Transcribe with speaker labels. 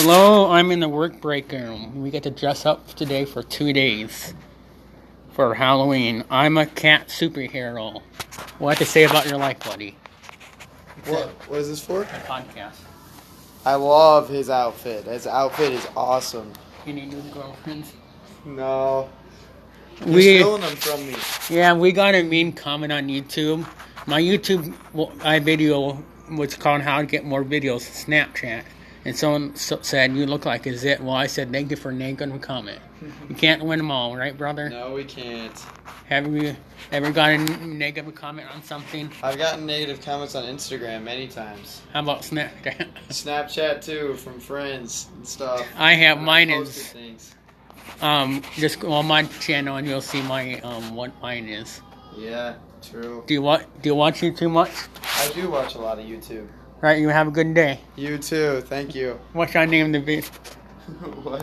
Speaker 1: Hello, I'm in the work break room. We get to dress up today for two days for Halloween. I'm a cat superhero. What to say about your life, buddy?
Speaker 2: What, what is this for?
Speaker 1: Podcast.
Speaker 2: I love his outfit. His outfit is awesome.
Speaker 1: Any new girlfriends?
Speaker 2: No. You're
Speaker 1: We
Speaker 2: stealing them from me.
Speaker 1: yeah, we got a mean comment on YouTube. My YouTube well, I video was called "How to Get More Videos" Snapchat, and someone so, said you look like a zit. Well, I said thank you for negative comment. You can't win them all, right, brother?
Speaker 2: No, we can't.
Speaker 1: Have you ever gotten a negative comment on something?
Speaker 2: I've gotten negative comments on Instagram many times.
Speaker 1: How about Snapchat?
Speaker 2: Snapchat too, from friends and stuff.
Speaker 1: I have
Speaker 2: When
Speaker 1: mine
Speaker 2: posted
Speaker 1: is
Speaker 2: Things.
Speaker 1: um just go on my channel and you'll see my um what mine is.
Speaker 2: Yeah, true.
Speaker 1: Do you watch do you watch you too much?
Speaker 2: I do watch a lot of YouTube.
Speaker 1: Right, you have a good day.
Speaker 2: You too. Thank you.
Speaker 1: What should I name the video?
Speaker 2: what?